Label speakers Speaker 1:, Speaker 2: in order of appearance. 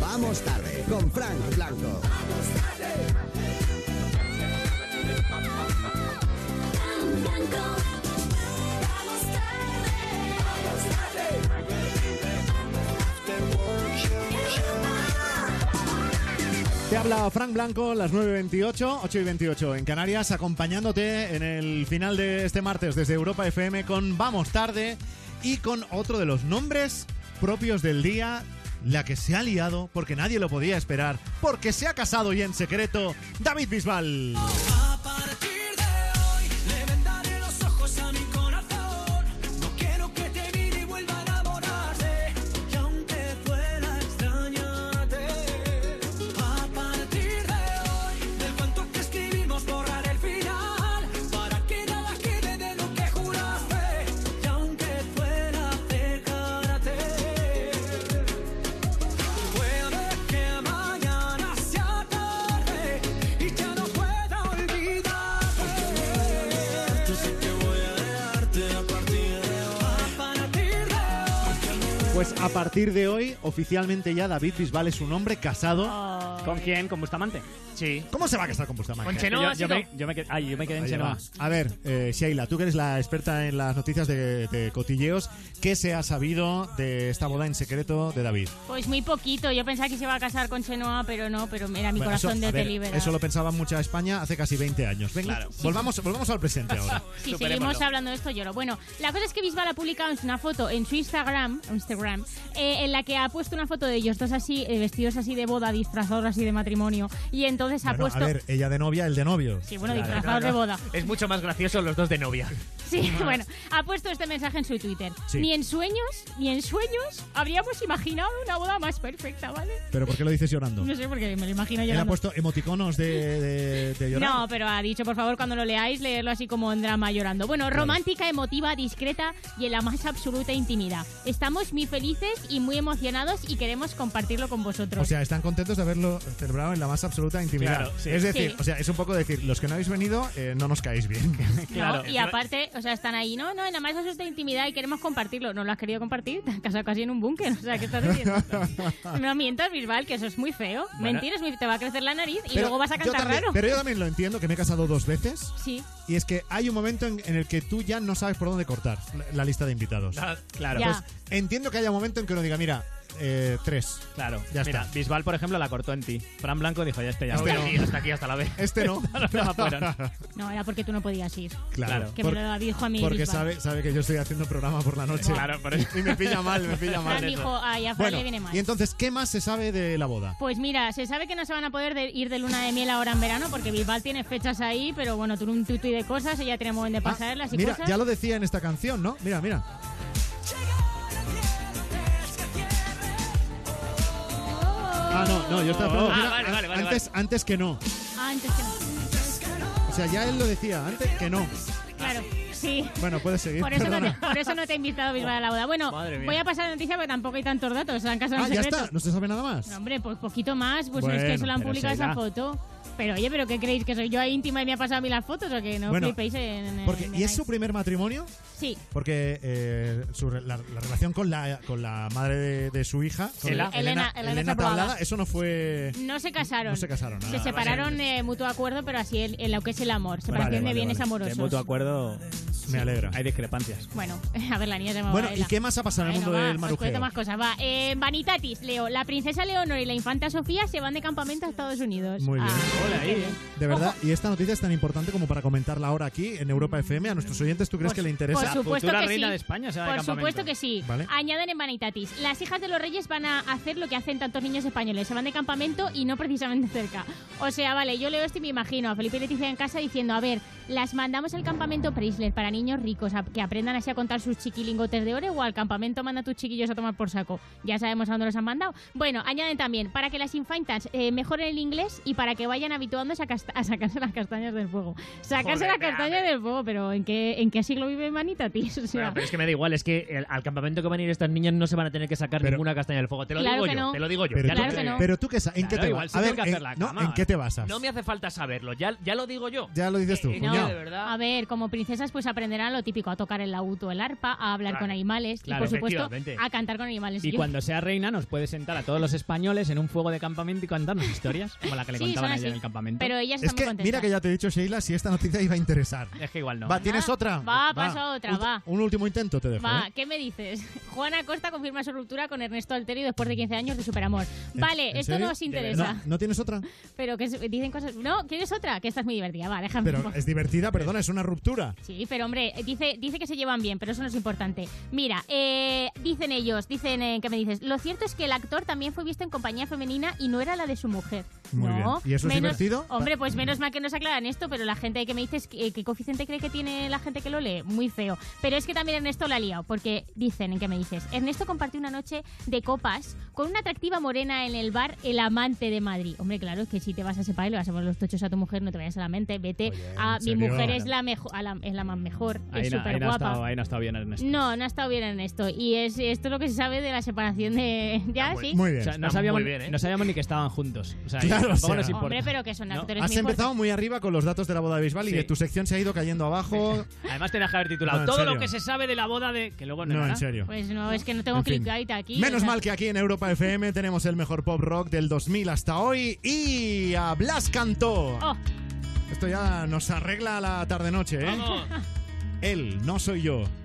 Speaker 1: Vamos tarde con Frank Blanco.
Speaker 2: Te habla Frank Blanco, las 9.28, 8 y 28 en Canarias, acompañándote en el final de este martes desde Europa FM con Vamos Tarde y con otro de los nombres propios del día, la que se ha liado porque nadie lo podía esperar, porque se ha casado y en secreto, David Bisbal.
Speaker 3: A partir de hoy le vendaré los ojos a mi corazón. No quiero que te mire y vuelva a enamorarse. Y aunque fuera extrañarte, a partir de hoy del cuento que escribimos borraré el final. Para que nada quede de lo que juraste. Y aunque fuera acercarte. Puede que mañana sea tarde y ya no pueda olvidarte. Yo sé que voy a dejarte a partir de hoy. A partir de hoy.
Speaker 2: Pues a partir de hoy, oficialmente ya David Bisbal es un hombre casado.
Speaker 4: ¿Con quién? ¿Con Bustamante?
Speaker 5: Sí.
Speaker 2: ¿Cómo se va a casar con Bustamante?
Speaker 5: Con Chenoa,
Speaker 4: yo, yo
Speaker 5: chico.
Speaker 4: me, yo me qued- ay, yo me quedé en
Speaker 2: Ahí
Speaker 4: Chenoa.
Speaker 2: va. A ver, eh, Sheila, tú que eres la experta en las noticias de, de cotilleos, ¿qué se ha sabido de esta boda en secreto de David?
Speaker 6: Pues muy poquito. Yo pensaba que se iba a casar con Chenoa, pero no, pero mira, mi
Speaker 2: Bueno,
Speaker 6: corazón
Speaker 2: eso,
Speaker 6: de
Speaker 2: a ver,
Speaker 6: te libera.
Speaker 2: Eso lo pensaba mucha España hace casi 20 años. Venga,
Speaker 5: Claro.
Speaker 2: volvamos, volvamos al presente ahora.
Speaker 6: Si
Speaker 5: Superémoslo.
Speaker 6: seguimos hablando de esto, lloro. Bueno, la cosa es que Bisbal ha publicado una foto en su Instagram, Instagram eh, en la que ha puesto una foto de ellos dos así, eh, vestidos así de boda, disfrazados así de matrimonio. Y entonces ha
Speaker 2: Bueno,
Speaker 6: puesto...
Speaker 2: A ver, ella de novia, el de novio.
Speaker 6: Sí, bueno,
Speaker 5: Claro,
Speaker 6: disfrazados
Speaker 5: claro.
Speaker 6: de boda.
Speaker 5: Es mucho más gracioso los dos de novia.
Speaker 6: Sí, bueno, ha puesto este mensaje en su Twitter.
Speaker 2: Sí.
Speaker 6: Ni en sueños, ni en sueños habríamos imaginado una boda más perfecta, ¿vale?
Speaker 2: Pero ¿por qué lo dices llorando?
Speaker 6: No sé por qué me lo imagino
Speaker 2: Él ha
Speaker 6: llorando.
Speaker 2: puesto emoticonos de, de- de llorar.
Speaker 6: No, pero ha dicho, por favor, cuando lo leáis, leerlo así como en drama llorando. Bueno, romántica, emotiva, discreta y en la más absoluta intimidad. Estamos muy felices y muy emocionados y queremos compartirlo con vosotros.
Speaker 2: O sea, están contentos de haberlo celebrado en la más absoluta intimidad.
Speaker 5: Claro, sí.
Speaker 2: Es decir,
Speaker 6: Sí.
Speaker 2: o sea, es un poco decir, los que no habéis venido, eh, no nos caéis bien.
Speaker 6: ¿no?
Speaker 5: claro.
Speaker 6: y aparte, o sea, están ahí, no, no, en la más absoluta intimidad y queremos compartirlo. No lo has querido compartir, te has casado casi en un búnker. O sea, ¿qué estás haciendo? no mientas, Bisbal, que eso es muy feo. Mentir es muy- te va a crecer la nariz y
Speaker 2: Pero
Speaker 6: luego vas a
Speaker 2: yo
Speaker 6: cantar
Speaker 2: también-
Speaker 6: raro.
Speaker 2: Pero yo también lo entiendo, que me he casado dos veces.
Speaker 6: Sí.
Speaker 2: Y es que hay un momento en, en el que tú ya no sabes por dónde cortar la, la lista de invitados.
Speaker 5: Ah, Claro,
Speaker 6: Ya.
Speaker 2: Pues entiendo que haya un momento en que uno diga, mira, eh, tres.
Speaker 5: claro.
Speaker 2: Ya
Speaker 5: Mira,
Speaker 2: está.
Speaker 5: Bisbal, por ejemplo, la cortó en ti. Fran Blanco dijo, ya este ya.
Speaker 2: Este
Speaker 5: está
Speaker 2: no.
Speaker 5: aquí, hasta aquí, hasta la vez.
Speaker 2: Este no.
Speaker 5: No me fueron.
Speaker 6: No, era porque tú no podías ir.
Speaker 2: Claro.
Speaker 6: Que me lo dijo a mí
Speaker 2: Porque
Speaker 6: Bisbal.
Speaker 2: sabe, sabe que yo estoy haciendo programa por la noche.
Speaker 5: Claro, por eso.
Speaker 2: Y me pilla mal, me pilla
Speaker 6: Fran
Speaker 2: mal.
Speaker 6: dijo, ay, a Fran
Speaker 2: Bueno,
Speaker 6: le viene mal.
Speaker 2: y entonces, ¿qué más se sabe de la boda?
Speaker 6: Pues mira, se sabe que no se van a poder de- ir de luna de miel ahora en verano porque Bisbal tiene fechas ahí, pero bueno, tú un tutu de cosas, ella tiene momento de
Speaker 2: Ah,
Speaker 6: pasarlas y
Speaker 2: mira,
Speaker 6: cosas.
Speaker 2: ya lo decía en esta canción, ¿no? Mira, mira. Ah, no, no, yo estaba
Speaker 5: Ah,
Speaker 2: mira,
Speaker 5: vale,
Speaker 2: an-
Speaker 5: vale, vale,
Speaker 2: antes, antes que no.
Speaker 6: Ah, antes que no.
Speaker 2: O sea, ya él lo decía, antes que no.
Speaker 6: Claro, sí.
Speaker 2: Bueno, puedes seguir.
Speaker 6: Por eso, no te,
Speaker 2: perdona.
Speaker 6: por eso no te he invitado Bisbal a la boda. Bueno,
Speaker 5: Madre mía.
Speaker 6: voy a pasar la noticia porque tampoco hay tantos datos. Se han casado
Speaker 2: Ah,
Speaker 6: en
Speaker 2: ya
Speaker 6: secreto.
Speaker 2: está, no se sabe nada más.
Speaker 6: No, hombre, pues poquito más, pues es
Speaker 2: Bueno,
Speaker 6: que solo han
Speaker 5: pero
Speaker 6: publicado
Speaker 5: será.
Speaker 6: esa foto. Pero oye, ¿pero qué creéis? ¿Que soy yo ahí íntima y me ha pasado a mí las fotos o que no
Speaker 2: Bueno,
Speaker 6: flipéis en, en-
Speaker 2: Porque,
Speaker 6: en-
Speaker 2: ¿Y es su primer matrimonio?
Speaker 6: Sí.
Speaker 2: Porque eh, su re- la, la relación con la, con la madre de, de su hija, con
Speaker 5: Elena.
Speaker 6: Elena- Elena Tablada.
Speaker 2: Tablada, eso no fue...
Speaker 6: No se casaron.
Speaker 2: No se casaron, ah, vale.
Speaker 6: separaron de mutuo acuerdo, pero así en, en lo que es el amor. Separación
Speaker 2: vale,
Speaker 6: de bienes
Speaker 2: vale.
Speaker 6: amorosos.
Speaker 5: De mutuo acuerdo
Speaker 2: Me alegra.
Speaker 5: hay discrepancias.
Speaker 6: Bueno, a ver, la niña se llamaba
Speaker 2: Bueno, ¿y
Speaker 6: Oh, Ela.
Speaker 2: qué más ha pasado en el
Speaker 6: Bueno,
Speaker 2: mundo
Speaker 6: va,
Speaker 2: del
Speaker 6: os
Speaker 2: marujeo?
Speaker 6: cuento más cosas. Va, eh, Vanitatis, Leo. La princesa Leonor y la infanta Sofía se van de campamento a Estados Unidos.
Speaker 2: Muy bien.
Speaker 6: Ah,
Speaker 5: Hola,
Speaker 4: ¿eh?
Speaker 5: ahí.
Speaker 2: De verdad, y esta noticia es tan importante como para comentarla ahora aquí en Europa FM. A nuestros oyentes, ¿tú crees
Speaker 6: Por-
Speaker 2: que le interesa?
Speaker 6: por
Speaker 5: La
Speaker 6: supuesto
Speaker 5: futura
Speaker 6: que
Speaker 5: reina
Speaker 6: sí.
Speaker 5: de España se va de
Speaker 6: Por
Speaker 5: campamento.
Speaker 6: supuesto que sí.
Speaker 2: Vale.
Speaker 6: Añaden en Vanitatis. Las hijas de los reyes van a hacer lo que hacen tantos niños españoles. Se van de campamento y no precisamente cerca. O sea, vale, yo leo esto y me imagino a Felipe y Leticia en casa diciendo, a ver, las mandamos al campamento Preisler para niños ricos a- que aprendan así a contar sus chiquilingotes de oro o al campamento manda a tus chiquillos a tomar por saco. Ya sabemos a dónde los han mandado. Bueno, añaden también, para que las infantas eh, mejoren el inglés y para que vayan habituándose a, casta- a sacarse las castañas del fuego. Sacarse las castañas del fuego, pero ¿en qué, en qué siglo vive Manitatis? O sea,
Speaker 4: Bueno, pero es que me da igual, es que el- al campamento que van a ir estas niñas no se van a tener que sacar
Speaker 2: Pero-
Speaker 4: ninguna castaña del fuego. Te lo
Speaker 6: Claro
Speaker 4: digo
Speaker 6: que
Speaker 4: yo,
Speaker 6: no.
Speaker 4: te lo digo yo.
Speaker 2: Pero,
Speaker 4: ya lo
Speaker 2: tú,
Speaker 6: Claro
Speaker 4: sé.
Speaker 6: que no.
Speaker 2: pero tú qué sa- ¿en
Speaker 5: Claro,
Speaker 2: qué te
Speaker 5: igual
Speaker 2: basas?
Speaker 5: se
Speaker 2: A ver,
Speaker 5: tiene que
Speaker 2: en,
Speaker 5: hacer la
Speaker 2: no,
Speaker 5: cama.
Speaker 2: ¿en qué te basas?
Speaker 4: No me hace falta saberlo, ya, ya lo digo yo.
Speaker 2: Ya lo dices tú,
Speaker 4: Eh, eh,
Speaker 2: cuñado.
Speaker 4: de verdad.
Speaker 6: A ver, como princesas, pues apre- aprenderán lo típico, a tocar el laúd o el arpa, a hablar
Speaker 4: Claro.
Speaker 6: con animales
Speaker 5: Claro,
Speaker 6: y, por supuesto,
Speaker 4: efectivamente.
Speaker 6: a cantar con animales.
Speaker 5: Y
Speaker 6: Yo-
Speaker 5: cuando sea reina nos puede sentar a todos los españoles en un fuego de campamento y contarnos historias, como la que le
Speaker 6: Sí,
Speaker 5: contaban
Speaker 6: son
Speaker 5: allá
Speaker 6: así.
Speaker 5: en el campamento.
Speaker 6: Pero ellas
Speaker 2: Es
Speaker 6: están muy
Speaker 2: que,
Speaker 6: contentas.
Speaker 2: mira que ya te he dicho, Sheila, si esta noticia iba a interesar.
Speaker 5: Es que igual Eh, no.
Speaker 2: Va, ¿tienes
Speaker 6: Va,
Speaker 2: otra?
Speaker 6: Ah, va, pasa otra,
Speaker 2: Ult-
Speaker 6: va.
Speaker 2: Un último intento te dejo.
Speaker 6: Va,
Speaker 2: ¿eh?
Speaker 6: ¿qué me dices? Juana Costa confirma su ruptura con Ernesto Alterio después de 15 años de superamor. Vale,
Speaker 2: en
Speaker 6: esto
Speaker 2: serio?
Speaker 6: no os
Speaker 2: ¿De
Speaker 6: interesa.
Speaker 2: No, ¿no tienes otra?
Speaker 6: Pero que es- dicen cosas. No, ¿quieres otra? Que esta es muy divertida. Va, déjame. un
Speaker 2: Pero
Speaker 6: poco.
Speaker 2: es divertida, perdona, es una ruptura.
Speaker 6: Sí, pero hombre, dice, dice que se llevan bien, pero eso no es importante. Mira, eh, dicen ellos, dicen, eh, ¿qué me dices? Lo cierto es que el actor también fue visto en compañía femenina y no era la de su mujer.
Speaker 2: Muy
Speaker 6: no,
Speaker 2: bien. ¿Y eso es
Speaker 6: menos-
Speaker 2: divertido?
Speaker 6: Hombre, pues menos mal que nos aclaran esto, pero la gente que me dices, ¿qué, qué coeficiente cree que tiene la gente que lo lee? Muy feo. Pero es que también Ernesto la ha liado, porque dicen, ¿en qué me dices? Ernesto compartió una noche de copas con una atractiva morena en el bar El Amante de Madrid. Hombre, claro, es que si te vas a ese país, le vas a poner los tochos a tu mujer, no te vayas a la mente, vete
Speaker 2: Oye, ¿en
Speaker 6: a mi
Speaker 2: serio?
Speaker 6: mujer es la mejor, a la- es la más mejor,
Speaker 5: Mm, ahí,
Speaker 6: es
Speaker 5: no, ahí
Speaker 6: súper
Speaker 5: no ha estado, eh.
Speaker 6: guapa.
Speaker 5: ahí no ha estado bien Ernesto.
Speaker 6: No, no ha estado bien en esto. Y es esto es lo que se sabe de la separación de. Ya, Ah, sí.
Speaker 2: Ah, Muy bien.
Speaker 5: O sea, no
Speaker 4: Está
Speaker 5: sabíamos,
Speaker 4: muy bien, ¿eh?
Speaker 5: no sabíamos ni que estaban juntos. O sea,
Speaker 2: Claro,
Speaker 5: tampoco
Speaker 2: o sea.
Speaker 5: nos importa.
Speaker 6: Hombre, pero que son
Speaker 5: No.
Speaker 6: actores
Speaker 2: Has
Speaker 6: muy
Speaker 2: empezado muy arriba con los datos de la boda de Bisbal y
Speaker 5: Sí.
Speaker 2: de tu sección se ha ido cayendo abajo.
Speaker 5: Además tenías que haber titulado
Speaker 2: No, en
Speaker 5: todo lo
Speaker 2: serio.
Speaker 5: que se sabe de la boda de... Que luego no,
Speaker 2: No,
Speaker 5: era.
Speaker 2: en serio.
Speaker 6: Pues no, es que no tengo
Speaker 2: En fin.
Speaker 6: clickbait aquí.
Speaker 2: Menos
Speaker 6: o sea,
Speaker 2: mal que aquí en Europa FM tenemos el mejor pop rock del 2000 hasta hoy y a Blas Cantó.
Speaker 6: Oh,
Speaker 2: Esto ya nos arregla la tarde-noche, ¿eh?
Speaker 5: Vamos.
Speaker 2: Él, no soy yo.